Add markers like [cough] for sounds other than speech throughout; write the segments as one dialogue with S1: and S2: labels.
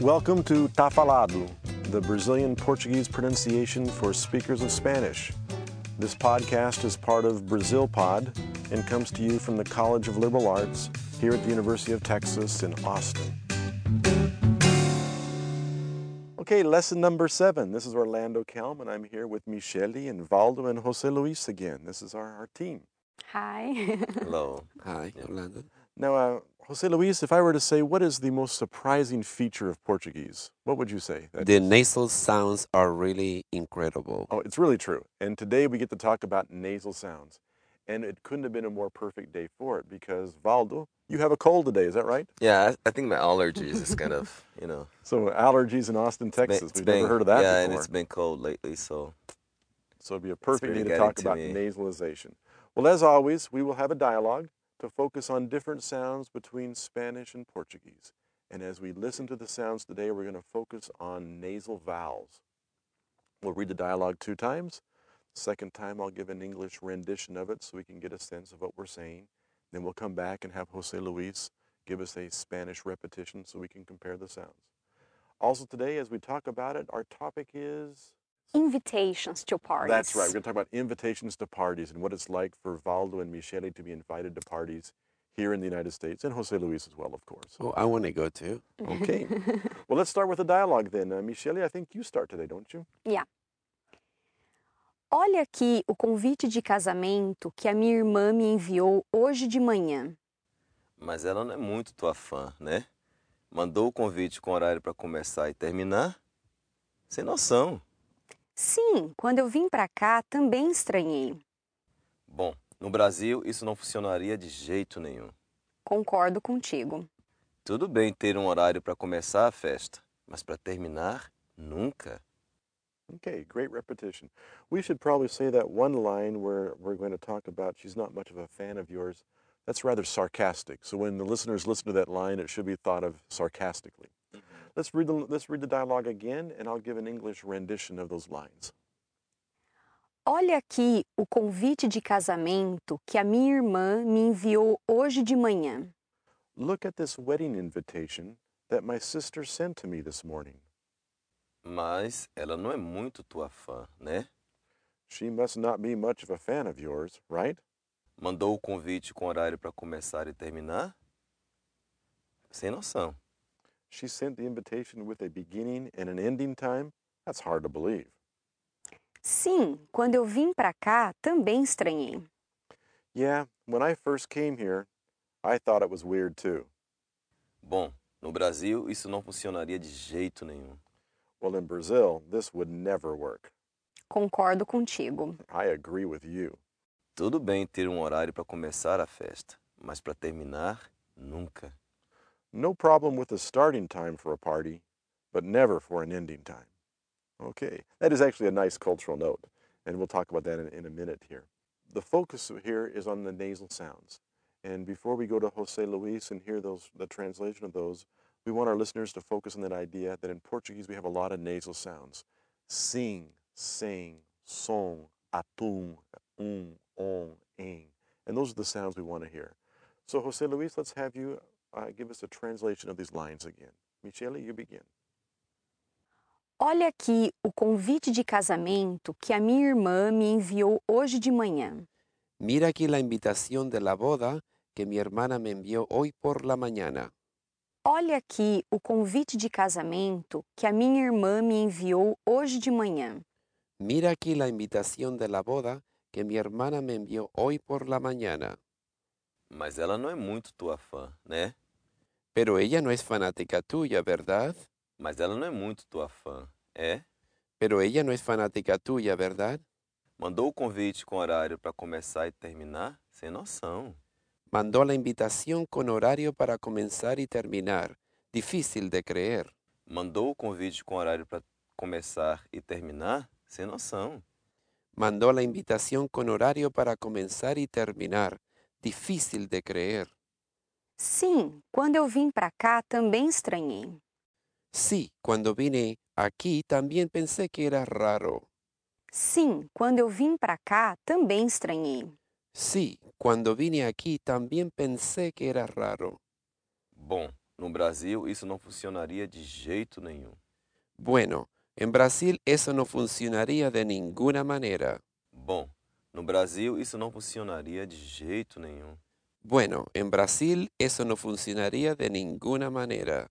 S1: Welcome to Tá Falado, the Brazilian Portuguese pronunciation for speakers of Spanish. This podcast is part of Brazil Pod and comes to you from the College of Liberal Arts here at the University of Texas in Austin. Okay, lesson number seven. This is Orlando Kalm, and I'm here with Michele and Valdo and Jose Luis again. This is our, our team.
S2: Hi.
S3: Hello.
S4: Hi, Orlando.
S1: Now, uh, Jose Luis, if I were to say what is the most surprising feature of Portuguese, what would you say? that
S4: The
S1: is?
S4: nasal sounds are really incredible.
S1: Oh, it's really true. And today we get to talk about nasal sounds. And it couldn't have been a more perfect day for it because, Valdo, you have a cold today, is that right?
S3: Yeah, I, I think my allergies is kind of, you know.
S1: So, allergies in Austin,
S3: it's been-
S1: Texas.
S3: it's
S1: We've
S3: been-
S1: never heard of that
S3: Yeah, and
S1: before.
S3: it's been cold lately, so
S1: So it'd be a perfect
S3: really
S1: day to
S3: got
S1: talk
S3: into
S1: about
S3: me.
S1: nasalization. Well, as always, we will have a dialogue to focus on different sounds between Spanish and Portuguese. And as we listen to the sounds today, we're going to focus on nasal vowels. We'll read the dialogue two times. Second time, I'll give an English rendition of it so we can get a sense of what we're saying. Then we'll come back and have Jose Luis give us a Spanish repetition so we can compare the sounds. Also, today, as we talk about it, our topic is.
S2: [laughs] Invitations to parties.
S1: That's right. We're going to talk about invitations to parties and what it's like for Valdo and Michele to be invited to parties here in the United States and Jose Luis as well, of course.
S4: Oh, I want to go too.
S1: Okay. well, let's start with a dialogue then. Uh, Michele, I think you start today, don't you?
S2: Olha aqui o convite de casamento que a minha irmã me enviou hoje de manhã.
S3: Mas ela não é muito tua fã, né? Mandou o convite com horário pra começar e terminar? Sem noção.
S2: Sim, quando eu vim pra cá também estranhei.
S3: Bom, no Brasil isso não funcionaria de jeito nenhum.
S2: Concordo contigo.
S3: Tudo bem ter um horário pra começar a festa, mas pra terminar, nunca.
S1: Okay, great repetition. We should probably say that one line where we're going to talk about she's not much of a fan of yours. That's rather sarcastic. So when the listeners listen to that line, it should be thought of sarcastically. Let's read the, let's read the dialogue again, and I'll give an English rendition of those lines.
S2: Olha aqui o convite de casamento que a minha irmã me enviou hoje de manhã.
S1: Look at this wedding invitation that my sister sent to me this morning.
S3: Mas ela não é muito tua fã, né?
S1: She must not be much of a fan of yours, right?
S3: Mandou o convite com horário pra começar e terminar? Sem noção.
S1: She sent the invitation with a beginning and an ending time. That's hard to believe.
S2: Sim, quando eu vim pra cá também estranhei.
S1: Yeah, when I first came here, I thought it was weird too.
S3: Bom, no Brasil isso não funcionaria de jeito nenhum.
S1: Well, in Brazil, this would never work.
S2: Concordo contigo.
S1: I agree with you.
S3: Tudo bem ter um horário para começar a festa, mas para terminar, nunca.
S1: No problem with the starting time for a party, but never for an ending time. Okay, that is actually a nice cultural note, and we'll talk about that in, in a minute here. The focus here is on the nasal sounds. And before we go to Jose Luis and hear those, the translation of those, we want our listeners to focus on that idea that in Portuguese we have a lot of nasal sounds. Sing, sing, song, atum, um, on, ing. And those are the sounds we want to hear. So, Jose Luis, let's have you uh, give us a translation of these lines again. Michele, you begin.
S2: Olha aqui o convite de casamento que a minha irmã me enviou hoje de manhã.
S4: Mira aquí la invitación de la boda que mi hermana me envió hoy por la mañana.
S2: Olha aqui o convite de casamento que a minha irmã me enviou hoje de manhã.
S4: Mira aquí la invitación de la boda que mi hermana me envió hoy por la mañana.
S3: Mas ela não é muito tua fã, né?
S4: Pero ella no es fanática tuya, ¿verdad?
S3: Mas ela não é muito tua fã, é?
S4: Pero ella no es fanática tuya, ¿verdad?
S3: Mandou o convite com horário para começar e terminar? Sem noção.
S4: Mandó la invitación con horario para comenzar y terminar. Difícil de creer.
S3: Mandou o convite com horário para começar e terminar? Sem noção.
S4: Mandó la invitación con horario para comenzar y terminar. Difícil de creer.
S2: Sim, quando eu vim pra cá também estranhei.
S4: Sí, cuando vine aquí también pensé que era raro.
S2: Sim, quando eu vim pra cá também estranhei.
S4: Sí, cuando vine aquí también pensé que era raro.
S3: Bom, No Brasil, isso não funcionaria de jeito nenhum.
S4: Bueno, en Brasil eso no funcionaría de ninguna manera.
S3: Bom, no Brasil, isso não funcionaria de jeito nenhum.
S4: Bueno, en Brasil eso no funcionaría de ninguna manera.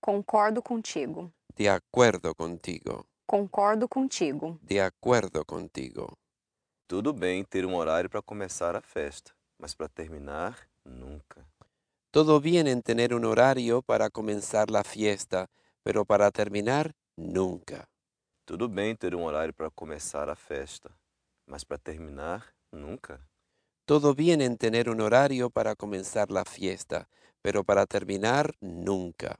S2: Concordo contigo.
S4: De acuerdo contigo.
S2: Concordo contigo.
S4: De acuerdo contigo.
S3: Tudo bem ter um horário para começar a festa, mas para terminar, nunca.
S4: Todo bien en tener un horario para comenzar la fiesta, pero para terminar, nunca.
S3: Tudo bem ter um horário para começar a festa, mas para terminar, nunca.
S4: Todo bien en tener un horario para comenzar la fiesta, pero para terminar, nunca.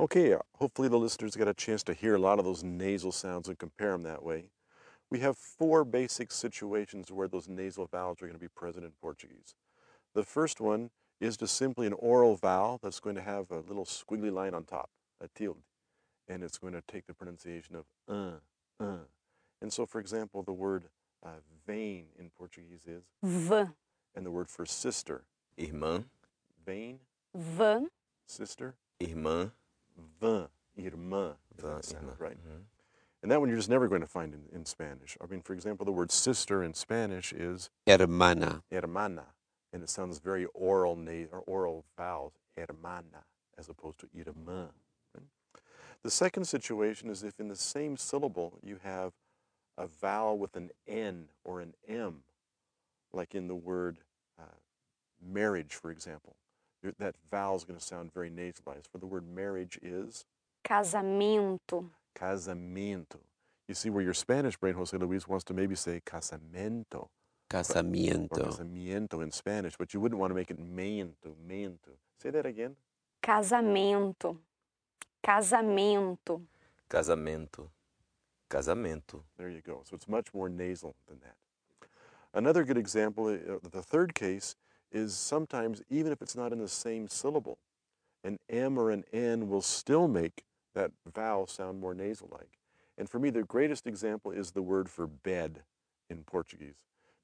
S1: Okay, uh, hopefully the listeners got a chance to hear a lot of those nasal sounds and compare them that way. We have four basic situations where those nasal vowels are going to be present in Portuguese. The first one is just simply an oral vowel that's going to have a little squiggly line on top, a tilde, and it's going to take the pronunciation of uh, uh. And so, for example, the word uh, vein in Portuguese is,
S2: V,
S1: and the word for sister,
S3: Irmã,
S1: vein,
S2: V,
S1: sister,
S3: irmã,
S1: vã, irmã, is
S3: vã,
S1: that sound,
S3: irmã.
S1: right?
S3: Uhum.
S1: And that one you're just never going to find in, in Spanish. I mean, for example, the word sister in Spanish is
S4: Hermana.
S1: hermana, and it sounds very oral na- or oral vowels, hermana, as opposed to irmã. right? The second situation is if in the same syllable you have a vowel with an N or an M, like in the word uh, marriage, for example. Your- That vowel is going to sound very nasalized. For the word marriage is
S2: casamento,
S1: casamento. You see where your Spanish brain, Jose Luis, wants to maybe say casamento or
S4: Casamiento.
S1: casamiento in Spanish, but you wouldn't want to make it mento, mento. Say that again.
S2: casamento, casamento.
S3: Casamento, casamento.
S1: There you go. So it's much more nasal than that. Another good example, uh, the third case, is sometimes, even if it's not in the same syllable, an M or an N will still make that vowel sound more nasal like. And for me, the greatest example is the word for bed in Portuguese.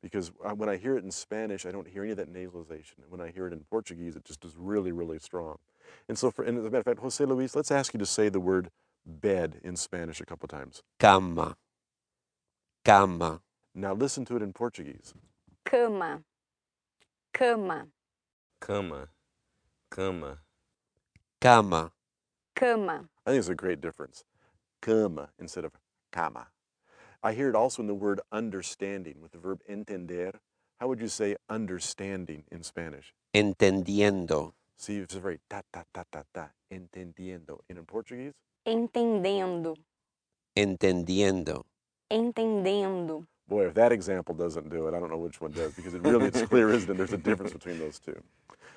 S1: Because uh, when I hear it in Spanish, I don't hear any of that nasalization. And when I hear it in Portuguese, it just is really, really strong. And so, for, and as a matter of fact, Jose Luis, let's ask you to say the word bed in Spanish a couple times.
S4: Cama. Cama.
S1: Now listen to it in Portuguese.
S2: Cama, cama,
S3: Cama, cama,
S4: Cama.
S2: cama,
S1: I think it's a great difference. Cama instead of cama. I hear it also in the word understanding with the verb entender. How would you say understanding in Spanish?
S4: Entendiendo.
S1: See, it's very ta ta ta ta ta, entendiendo. And in Portuguese,
S2: entendendo,
S4: Entendiendo.
S2: entendendo.
S1: boy, if that example doesn't do it, I don't know which one does because it really it's clear, isn't it? There's a difference between those two.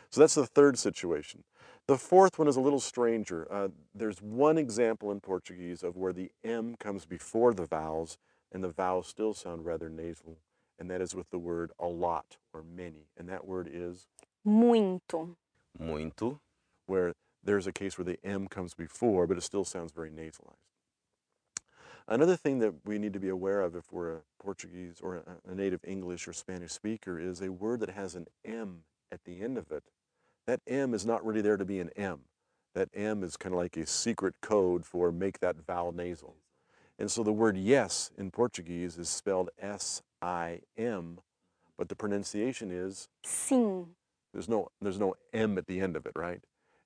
S1: So that's the third situation. The fourth one is a little stranger. Uh, there's one example in Portuguese of where the M comes before the vowels and the vowels still sound rather nasal, and that is with the word a lot or many. And that word is
S2: Muito,
S3: muito,
S1: where there's a case where the M comes before, but it still sounds very nasalized. Another thing that we need to be aware of if we're a Portuguese or a, a native English or Spanish speaker is a word that has an M at the end of it. That M is not really there to be an M. That M is kind of like a secret code for make that vowel nasal. And so the word yes in Portuguese is spelled S I M, but the pronunciation is
S2: sim,
S1: there's no there's no M at the end of it, right?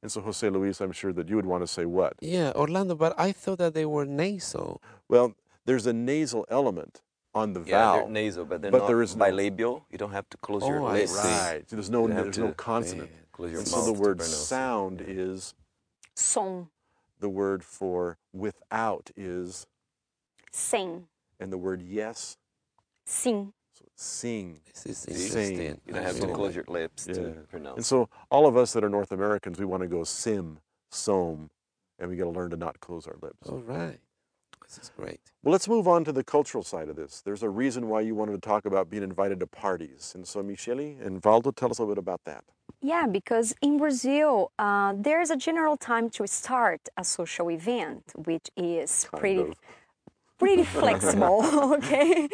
S1: And so Jose Luis, I'm sure that you would want to say what?
S4: Yeah, Orlando, but I thought that they were nasal.
S1: Well, there's a nasal element on the
S3: Yeah,
S1: vowel.
S3: they're nasal, but they're
S1: but
S3: not
S1: there is no-
S3: bilabial. You don't have to close your
S4: Oh, I
S3: lips.
S4: see.
S1: Right. So there's no
S3: You have
S1: there's no
S3: to-
S1: consonant.
S3: Close your
S1: And
S3: mouth.
S1: so the
S3: to
S1: word
S3: pronounce it.
S1: sound
S3: Yeah.
S1: is
S2: som,
S1: the word for without is
S2: sem,
S1: and the word yes
S2: sim.
S1: so sing.
S4: This is
S1: Same.
S4: interesting.
S3: You don't have to
S1: Absolutely.
S3: close your lips to
S1: Yeah. And
S3: pronounce.
S1: so all of us that are North Americans we want to go sim, som, and we got to learn to not close our lips.
S4: All right. This is great.
S1: Well, let's move on to the cultural side of this. There's a reason why you wanted to talk about being invited to parties. And so Michele and Valdo tell us a little bit about that.
S2: Yeah, because in Brazil, uh, there's a general time to start a social event, which is
S1: Kind
S2: pretty
S1: of. [laughs]
S2: pretty flexible, [laughs] okay?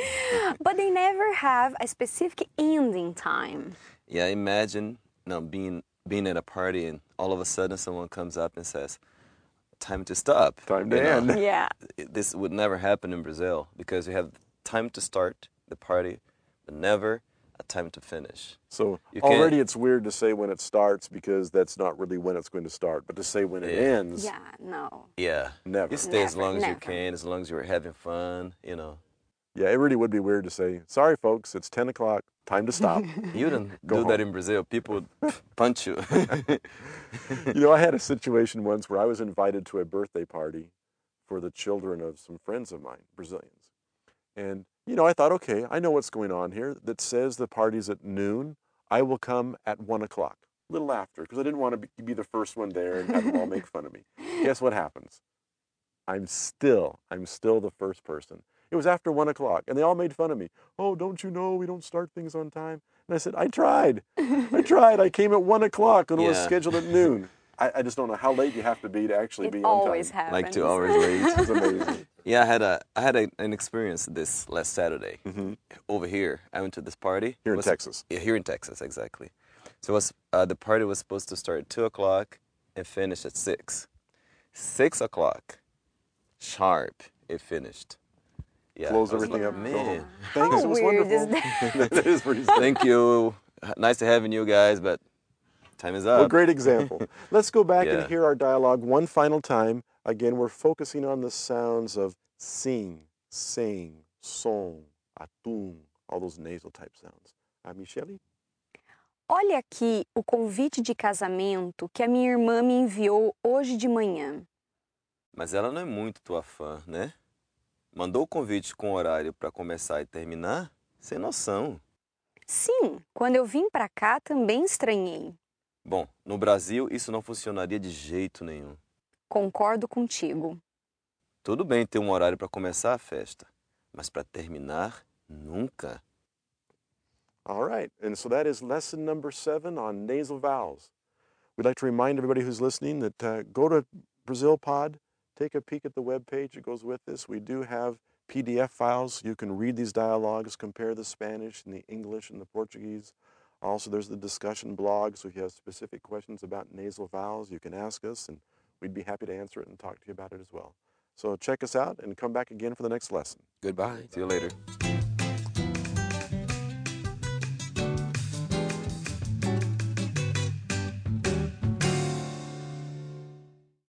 S1: [laughs]
S2: But they never have a specific ending time.
S3: Yeah, imagine now being being at a party and all of a sudden someone comes up and says, "Time to stop."
S1: Time to
S3: You know,
S1: end. [laughs]
S2: Yeah.
S3: it- this would never happen in Brazil because you have time to start the party, but never a time to finish.
S1: So
S3: You can't-
S1: already it's weird to say when it starts because that's not really when it's going to start, but to say when it
S3: Yeah.
S1: ends,
S2: Yeah, no.
S3: Yeah.
S1: never.
S3: You stay as
S2: Never,
S3: long as you
S2: never.
S3: can, as long as you're having fun, you know.
S1: Yeah, it really would be weird to say, sorry, folks, it's 10 o'clock, time to stop. [laughs]
S3: You don't do
S1: Go
S3: that
S1: home.
S3: in Brazil. People [laughs] would
S2: [laughs]
S3: punch you.
S1: you know, I had a situation once where I was invited to a birthday party for the children of some friends of mine, Brazilians. And, you know, I thought, okay, I know what's going on here that says the party's at noon. I will come at one o'clock, a little after, because I didn't want to be, be the first one there and have them all make fun
S2: [laughs]
S1: of me. Guess what happens? I'm still, I'm still the first person. It was after one o'clock, and they all made fun of me. Oh, don't you know we don't start things on time? And I said, I tried.
S2: [laughs]
S1: I tried. I came at one o'clock and it was
S3: Yeah.
S1: scheduled at noon. I, I just don't know how late you have to be to actually be
S2: It
S1: on
S2: always
S1: time.
S2: happens.
S3: like two hours late.
S1: It's amazing.
S3: Yeah, I had a I had a, an experience this last Saturday
S1: Mhm.
S3: over here. I went to this party
S1: Here in
S3: Was-
S1: Texas.
S3: Yeah, here in Texas, exactly. So it was uh, the party was supposed to start at two o'clock and finish at six. Six o'clock, sharp. It finished. [laughs] Yeah,
S1: Close
S3: I was
S1: everything up.
S3: like,
S1: and go
S3: Man,
S1: home.
S2: How
S1: Thanks. it was
S2: weird
S1: wonderful.
S2: is
S1: [laughs]
S2: that?
S1: That is
S3: [laughs]
S1: pretty
S3: thank you. Nice to having you guys, but time is up.
S1: Well, great example. Let's go back
S3: Uh, Yeah.
S1: and hear our dialogue one final time. Again, we're focusing on the sounds of sing, sing, song, atum, all those nasal type sounds. Ah, Michele?
S2: Olha aqui o convite de casamento que a minha irmã me enviou hoje de manhã.
S3: Mas ela não é muito tua fã, né? Mandou o convite com horário pra começar e terminar? Sem noção.
S2: Sim, quando eu vim pra cá também estranhei.
S3: Bom, no Brasil isso não funcionaria de jeito nenhum.
S2: Concordo contigo.
S3: Tudo bem ter um horário pra começar a festa, mas pra terminar, nunca.
S1: All right. And so that is lesson number seven on nasal vowels. We'd like to remind everybody who's listening that uh, go to Brazil Pod, take a peek at the webpage that goes with this. We do have PDF files. You can read these dialogues, compare the Spanish and the English and the Portuguese. Also, there's the discussion blog. So if you have specific questions about nasal vowels, you can ask us, and we'd be happy to answer it and talk to you about it as well. So check us out and come back again for the next lesson.
S4: Goodbye.
S3: See you later.